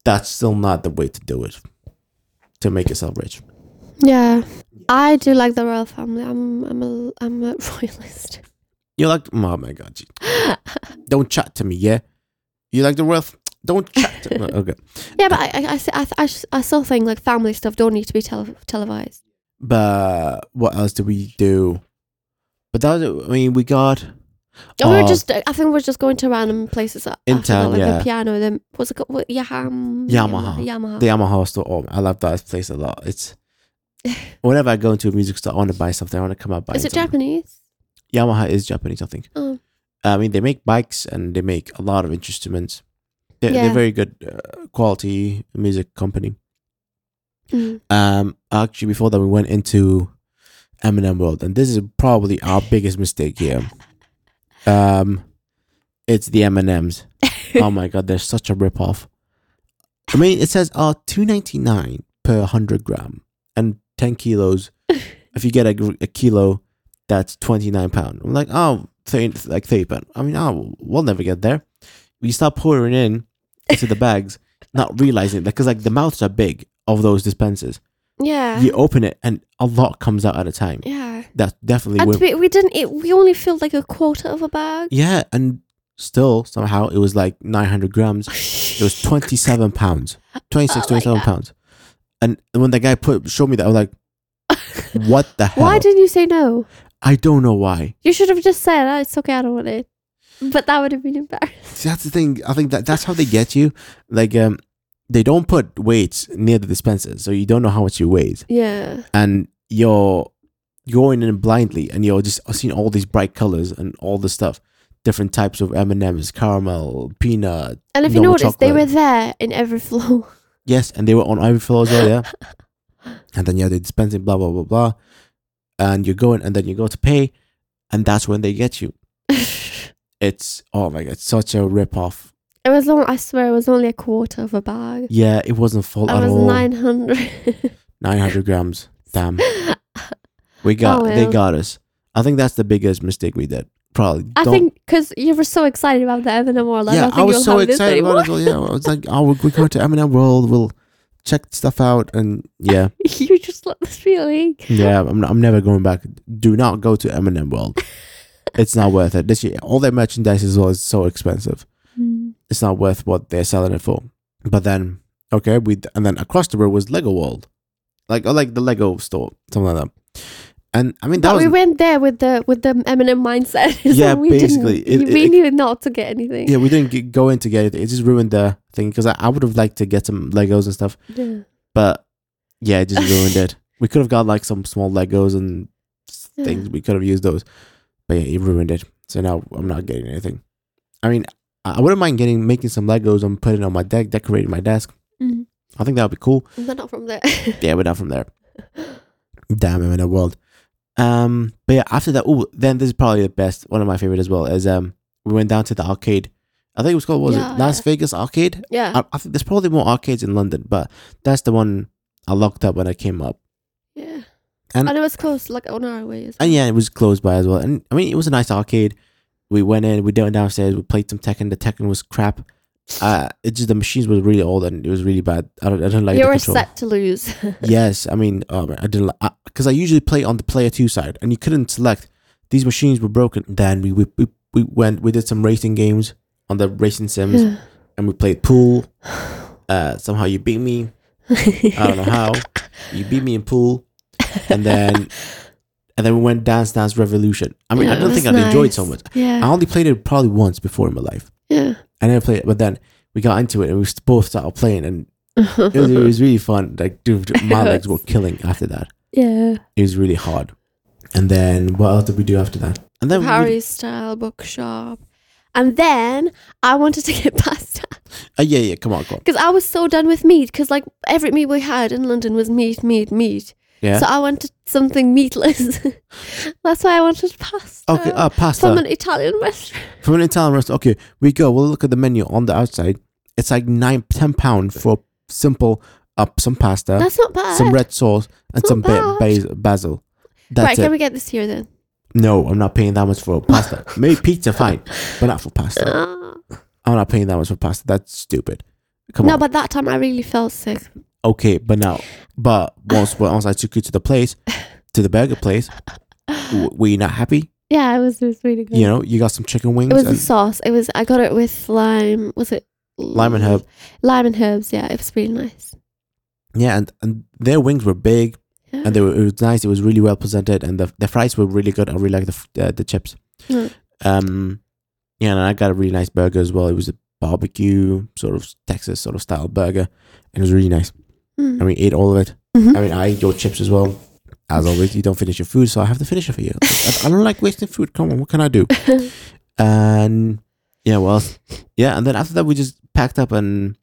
S1: that's still not the way to do it to make yourself rich.
S2: Yeah, I do like the royal family. I'm I'm a I'm a royalist.
S1: You like, oh my god, gee. don't chat to me, yeah. You like the royal? f- Don't chat. To me. Okay.
S2: Yeah, but I I, I, I, I, I still think like family stuff don't need to be tele- televised.
S1: But what else did we do? But that was, I mean, we got
S2: And we
S1: Oh.
S2: were just I think we are just going to random places a-
S1: In
S2: after
S1: town,
S2: that, like
S1: yeah.
S2: the piano. Then what's it called? What, Yaham,
S1: Yamaha.
S2: Yamaha.
S1: the Yamaha store. Oh, I love that place a lot. It's whenever I go into a music store, I want to buy something. I want to come out buying.
S2: Is it
S1: something.
S2: Japanese?
S1: Yamaha is Japanese, I think. Uh,
S2: Oh.
S1: I mean, they make bikes and they make a lot of instruments. They're, they're
S2: Yeah.
S1: very good uh, quality music company.
S2: Mm.
S1: Um, actually, before that, we went into Eminem World, and this is probably our biggest mistake here. Um, it's the M and M's. Oh my god, they're such a rip off. I mean, it says uh two ninety nine per hundred gram and ten kilos. if you get a, gr- a kilo, that's twenty nine pound. I'm like, oh, 30, like thirty pound. I mean, oh, we'll never get there. We start pouring in into the bags, not realizing that because like the mouths are big of those dispensers.
S2: Yeah.
S1: You open it and a lot comes out at a time.
S2: Yeah.
S1: That's definitely
S2: And
S1: win-
S2: we, we didn't eat, we only filled like a quarter of a bag.
S1: yeah, and still somehow it was like nine hundred grams. It was 27 pounds. 26,
S2: Oh my
S1: 27
S2: God.
S1: pounds. And when the guy put showed me that, I was like, what the hell?
S2: Why didn't you say no?
S1: I don't know why.
S2: You should have just said, oh, it's okay, I don't want it. But that would have been embarrassing.
S1: See, that's the thing. I think that that's how they get you. Like, um, they don't put weights near the dispensers, so you don't know how much you weigh.
S2: Yeah.
S1: And you're going in blindly, and you're just seeing all these bright colors and all the stuff, different types of M and M's, caramel, peanut.
S2: And if you
S1: normal
S2: notice, they were
S1: chocolate.
S2: there in every floor.
S1: Yes, and they were on Ivy Floor as well, yeah. and then yeah, they're dispensing blah blah blah blah. And you're going and then you go to pay, and that's when they get you. It's oh my god, it's such a rip off.
S2: It was only, I swear, it was only a quarter of a bag.
S1: Yeah, it wasn't full
S2: I
S1: at
S2: was
S1: all.
S2: 900.
S1: 900 grams. Damn. We got,
S2: Oh,
S1: they
S2: well.
S1: got us. I think that's the biggest mistake we did. Probably.
S2: I
S1: don't-
S2: think because you were so excited about the Eminem World. I
S1: yeah,
S2: don't think
S1: I was
S2: you'll
S1: so
S2: have this
S1: excited about it. as
S2: anymore.
S1: well. Yeah, I was like, oh, we- we go to Eminem World. We'll check stuff out. And yeah,
S2: you just let this be a league.
S1: yeah, I'm, I'm never going back. Do not go to Eminem World. it's not worth it. This year, all their merchandise as well is so expensive.
S2: Mm.
S1: It's not worth what they're selling it for. But then, okay, we and then across the road was Lego World, like or like the Lego store, something like that. And I mean, that
S2: But
S1: was
S2: we went there with the with the Eminem mindset. so
S1: Yeah,
S2: we didn't-
S1: basically, it-
S2: we
S1: it-
S2: knew not to get anything.
S1: yeah, we didn't g go in to get it. It just ruined the thing because I, I would have liked to get some Legos and stuff,
S2: Yeah.
S1: but yeah, it just ruined it. We could have got like some small Legos and s- things. We could have used those, but yeah, it ruined it. So now I'm not getting anything. I mean, I I wouldn't mind getting making some Legos and putting it on my deck, decorating my desk.
S2: Mhm.
S1: I think that would be cool.
S2: They're not from there.
S1: Yeah, we're not from there. Damn him in the world. Um, but yeah, after that, oh, then this is probably the best, one of my favorite as well. Is um, we went down to the arcade. I think it was called what was
S2: Yeah,
S1: it Las
S2: yeah.
S1: Vegas Arcade?
S2: yeah.
S1: I, I think there's probably more arcades in London, but that's the one I locked up when I came up.
S2: yeah.
S1: and-
S2: And, it was close, like on our way. as
S1: And
S2: well.
S1: yeah, it was closed by as well. And I mean, it was a nice arcade. We went in, we went downstairs, we played some Tekken. The Tekken was crap. Uh, it just the machines were really old and it was really bad. I don't, I don't like
S2: you
S1: the
S2: were
S1: control.
S2: set to lose.
S1: Yes, I mean, um, I didn't because I usually play on the player two side, and you couldn't select. These machines were broken. Then we we, we, we went we did some racing games on the racing sims, and we played pool. Uh, somehow you beat me. I don't know how you beat me in pool, and then and then we went Dance Dance Revolution. I mean,
S2: Yeah,
S1: I
S2: it
S1: don't think
S2: was
S1: I've enjoyed it
S2: nice.
S1: so much. I
S2: Yeah.
S1: only played it probably once before in my life.
S2: Yeah.
S1: I never played it, but then we got into it and we both started playing, and it was, it
S2: yeah.
S1: was really fun. Like, dude, my legs were killing after that it was really hard. And then what else did we do after that? And then we-
S2: Harry's style bookshop. And then I wanted to get pasta
S1: uh, yeah, yeah, come on, come on.
S2: because I was so done with meat because like every meal we had in London was meat, meat, meat.
S1: Yeah.
S2: So I wanted something meatless. That's why I wanted pasta.
S1: okay, uh, pasta
S2: From an Italian restaurant.
S1: from an Italian restaurant. Okay, we go. We'll look at the menu on the outside. It's like nine, ten pound for simple up some pasta,
S2: That's not bad.
S1: some red sauce, and
S2: Not
S1: some ba-
S2: bad.
S1: bas- basil.
S2: right,
S1: That's
S2: can
S1: it.
S2: we get this here then?
S1: no, I'm not paying that much for pasta. Maybe pizza, fine, but not for pasta.
S2: Ah.
S1: I'm not paying that much for pasta. That's stupid. Come
S2: no,
S1: on.
S2: but that time I really felt sick.
S1: okay, but now, but once once I took you to the place, to the burger place, w- were you not happy?
S2: Yeah, it was, it was really good.
S1: You know, you got some chicken wings
S2: It was the
S1: and
S2: sauce. It was I got it with lime. Was it
S1: lime and herb.
S2: Lime and herbs. Yeah, it was really nice.
S1: Yeah, and, and their wings were big
S2: Yeah.
S1: and they were it was nice. It was really well presented, and the the fries were really good. I really like the f- uh, the chips.
S2: Mm.
S1: Um, yeah, and I got a really nice burger as well. It was a barbecue sort of Texas sort of style burger, and it was really nice.
S2: Mm.
S1: I mean, ate all of it.
S2: Mhm.
S1: I mean, I ate your chips as well. As always, you don't finish your food, so I have to finish it for you. I, I don't like wasting food. Come on, what can I do? And yeah, well, yeah, and then after that, we just packed up and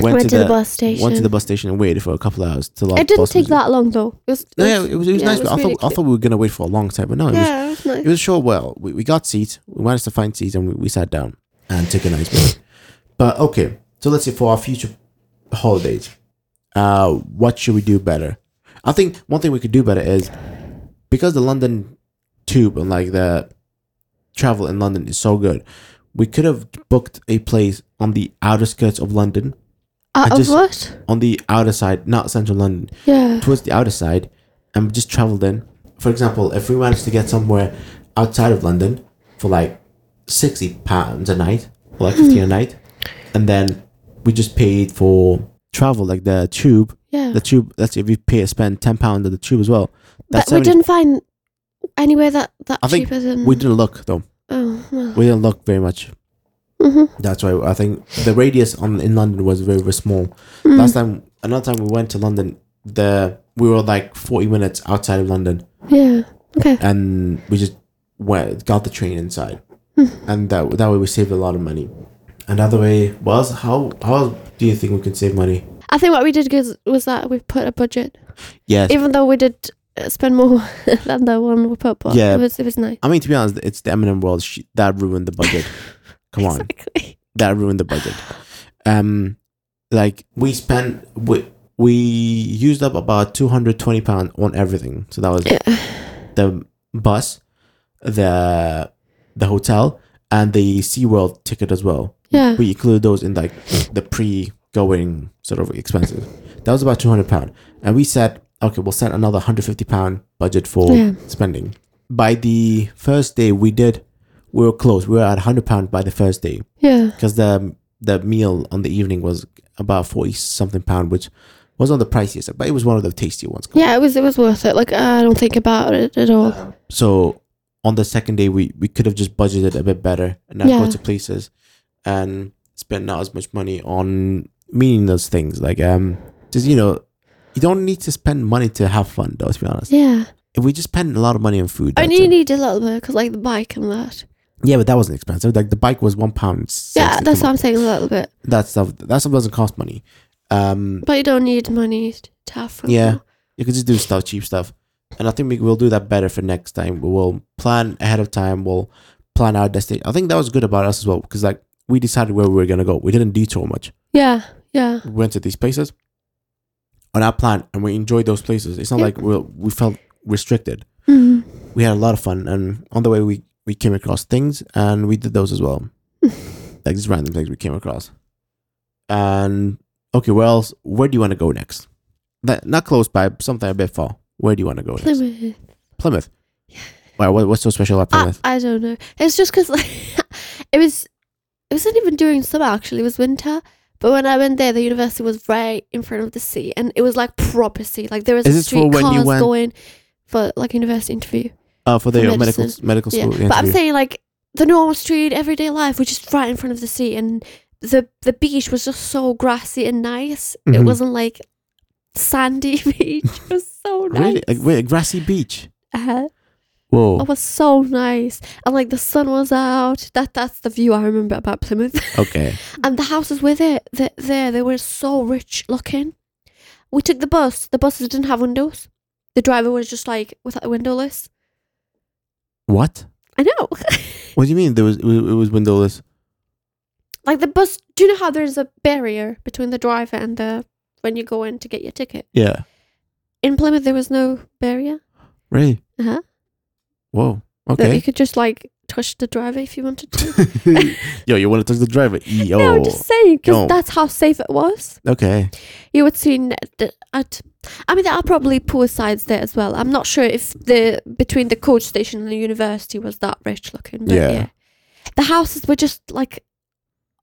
S1: went, to, the,
S2: bus station.
S1: went to the bus station and waited for a couple of hours till our
S2: it didn't
S1: bus
S2: take
S1: was-
S2: that long though. It was,
S1: No, yeah, it was, it was
S2: yeah,
S1: nice.
S2: it was
S1: I thought
S2: really
S1: I thought we were gonna wait for a long time, but no, it was
S2: yeah, it was nice.
S1: it was sure. Well, we, we got seats. We managed to find seats, and we, we sat down and took a nice break. But okay, so let's say for our future holidays, uh, what should we do better? I think one thing we could do better is because the London tube and like the travel in London is so good, we could have booked a place on the outer skirts of London,
S2: Out
S1: I
S2: of
S1: just-
S2: what?
S1: on the outer side, not central London,
S2: Yeah.
S1: towards the outer side and we just traveled in. For example, if we managed to get somewhere outside of London for like sixty pounds a night, or like
S2: Hmm.
S1: fifteen a night, and then we just paid for travel, like the tube,
S2: Yeah.
S1: the tube. Let's say if you pay spend ten pounds on the tube as well.
S2: but
S1: That's
S2: we
S1: 70
S2: didn't find anywhere that that
S1: I think
S2: cheaper than
S1: We didn't look though.
S2: oh well.
S1: We didn't look very much.
S2: Mhm.
S1: That's why I think the radius on in London was very, very small.
S2: Mm-hmm. Hmm.
S1: Last time, another time we went to London, the we were like forty minutes outside of London.
S2: yeah. Okay.
S1: and we just went got the train inside, and that that way we saved a lot of money. Another way was how how else do you think we can save money?
S2: I think what we did good was that we put a budget,
S1: Yes,
S2: even though we did uh, spend more than the one we put. But
S1: Yeah.
S2: It was it was nice.
S1: I mean to be honest, it's the Eminem world sh- that ruined the budget. Come on,
S2: Exactly.
S1: that ruined the budget. Um, like we spent we we used up about two hundred twenty pound on everything. So that was the bus, the the hotel, and the SeaWorld ticket as well.
S2: Yeah.
S1: We included those in like the pre going sort of expenses. That was about two hundred pound, and we said, okay, we'll set another hundred fifty pound budget for
S2: Yeah.
S1: spending. By the first day, we did. We were close. We were at hundred pound by the first day
S2: Yeah.
S1: because the the meal on the evening was about forty something pound, which wasn't the priciest, but it was one of the tastier ones.
S2: Yeah, it was it was worth it. Like I don't think about it at all.
S1: Um, So on the second day, we we could have just budgeted a bit better and not
S2: Yeah.
S1: go to places and spend not as much money on meaningless things like um just you know you don't need to spend money to have fun though to be honest
S2: yeah,
S1: if we just spend a lot of money on food
S2: I
S1: that's
S2: only
S1: it.
S2: need a little bit because like the bike and that.
S1: yeah but that wasn't expensive like the bike was one pound
S2: Yeah,
S1: 60, come
S2: that's what
S1: on.
S2: I'm saying. A little bit,
S1: that stuff that stuff doesn't cost money um
S2: but you don't need money to have fun.
S1: Yeah. You could just do stuff, cheap stuff. And I think we will do that better for next time. We will plan ahead of time. We'll plan our destination. I think that was good about us as well because like we decided where we were gonna go. We didn't detour much.
S2: Yeah, yeah,
S1: We went to these places on our plan, and we enjoyed those places. It's not
S2: Yeah.
S1: like we we felt restricted.
S2: Mhm.
S1: We had a lot of fun, and on the way we we came across things, and we did those as well, like just random things we came across. And okay, where else? Where do you want to go next? That not close by, something a bit far. Where do you want to go next?
S2: Plymouth.
S1: Plymouth. Why? What, what's so special about
S2: I,
S1: Plymouth?
S2: I don't know. It's just because like it was it wasn't even during summer actually. It was winter. But when I went there, the university was right in front of the sea, and it was like proper sea. Like there was
S1: Is
S2: a
S1: this for
S2: street
S1: when you
S2: cars
S1: went-
S2: going for like university interview.
S1: Uh, for the
S2: for
S1: medical
S2: medicine.
S1: medical
S2: Yeah,
S1: school.
S2: but I'm saying like the normal street, everyday life, which is right in front of the sea, and the the beach was just so grassy and nice. It
S1: Mhm.
S2: wasn't like sandy beach. It was so nice.
S1: really like, Oh. wait, a grassy beach.
S2: Uh,
S1: Whoa.
S2: it was so nice, and like the sun was out. That that's the view I remember about Plymouth,
S1: Okay.
S2: and the houses with it th- there they were so rich looking. We took the bus. The buses didn't have windows. The driver was just like without a windowless.
S1: What?
S2: I know.
S1: What do you mean? There was it was, it was windowless.
S2: like the bus do you know how there's a barrier between the driver and the when you go in to get your ticket
S1: Yeah.
S2: in plymouth there was no barrier
S1: Really.
S2: Uh-huh.
S1: Whoa.
S2: that you
S1: Okay.
S2: could just like touch the driver if you wanted to
S1: Yo, you want to touch the driver? Yo.
S2: no i'm just saying because
S1: no.
S2: that's how safe it was
S1: okay.
S2: you would see n- the- at i mean there are probably poor sides there as well i'm not sure if the between the coach station and the university was that rich looking but
S1: Yeah.
S2: yeah, the houses were just like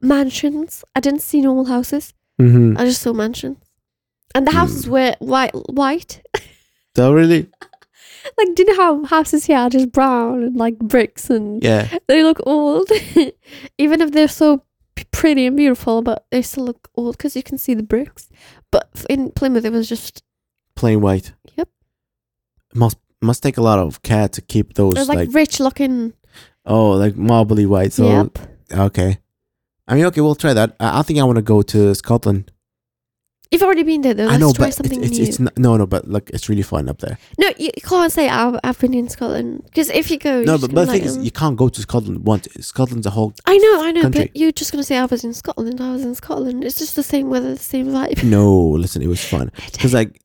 S2: mansions i didn't see normal houses
S1: Mm-hmm.
S2: i just saw mansions and the
S1: Hmm.
S2: houses were white white
S1: So really?
S2: Like, do you know how houses here are just brown and like bricks and
S1: Yeah.
S2: they look old? Even if they're so p- pretty and beautiful, but they still look old because you can see the bricks. But f- in Plymouth, it was just,
S1: Plain white.
S2: Yep.
S1: Must must take a lot of care to keep those
S2: it was
S1: like,
S2: like, rich looking.
S1: oh like marbly white. So
S2: yep.
S1: okay. I mean, okay, we'll try that. I, I think I want to go to Scotland.
S2: You've already been there though. Let's
S1: I know,
S2: try
S1: but
S2: something
S1: it's,
S2: new.
S1: it's, it's not, no, no, but look, it's really fun up there.
S2: no, you you can't say I've, I've been in Scotland because if you go,
S1: No,
S2: you're
S1: but,
S2: just
S1: but
S2: gonna
S1: the
S2: like,
S1: thing is,
S2: um,
S1: you can't go to Scotland once. Scotland's a whole
S2: I know, I know,
S1: country.
S2: but you're just gonna say I was in Scotland. I was in Scotland. It's just the same weather, the same vibe.
S1: no. Listen, it was fun because Mm, like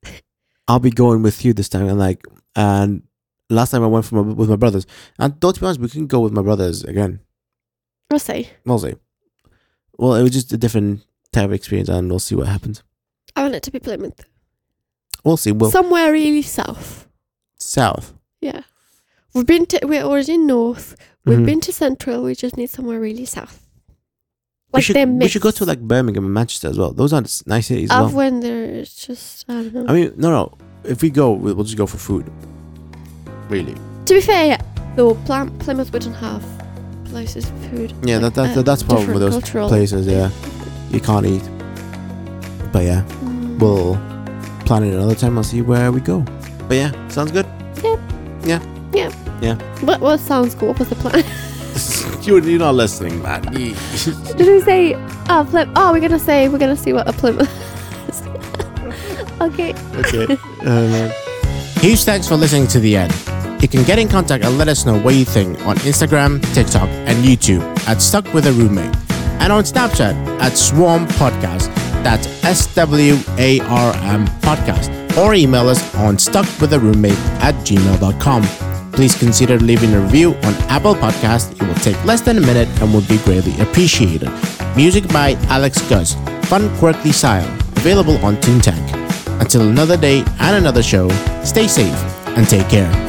S1: I'll be going with you this time, and like and last time I went from my, with my brothers, and though to be honest, we couldn't go with my brothers again.
S2: I'll say
S1: We'll see. Well, it was just a different type of experience, and we'll see what happens.
S2: I want it to be Plymouth,
S1: We'll see. Well,
S2: somewhere really south.
S1: south.
S2: Yeah. We've been to, we're already north. We've
S1: Mhm.
S2: been to central. We just need somewhere really south.
S1: we
S2: Like
S1: should
S2: they're
S1: we should go to
S2: mixed.
S1: like Birmingham and Manchester as well. Those are s- nice cities. as
S2: Of
S1: well.
S2: when there's just, I don't know.
S1: I mean, no, no. If we go, we'll we'll just go for food. Really?
S2: to be fair, though, Plam- Plymouth wouldn't have places for food.
S1: Yeah,
S2: like
S1: that, that,
S2: that.
S1: that's the problem with those
S2: Uh, different cultural
S1: places. Yeah, you can't eat. But yeah,
S2: Mm.
S1: we'll plan it another time. I'll see where we go. But yeah, sounds good.
S2: What, what sounds cool? What was the plan?
S1: you're, you're not listening, man. You-
S2: Did we say, oh, Plymouth? Oh, we're going to say, we're going to see what a Plymouth is. okay.
S1: okay. Uh, Huge thanks for listening to the end. You can get in contact and let us know what you think on Instagram, TikTok, and YouTube at Stuck with a Roommate. and on Snapchat at Swarm Podcast. That's S W A R M Podcast. Or email us on stuckwitharoommate at gmail.com. Please consider leaving a review on Apple Podcast. It will take less than a minute and would be greatly appreciated. Music by Alex Gus, Fun Quirky Style, available on TuneTech. Until another day and another show, stay safe and take care.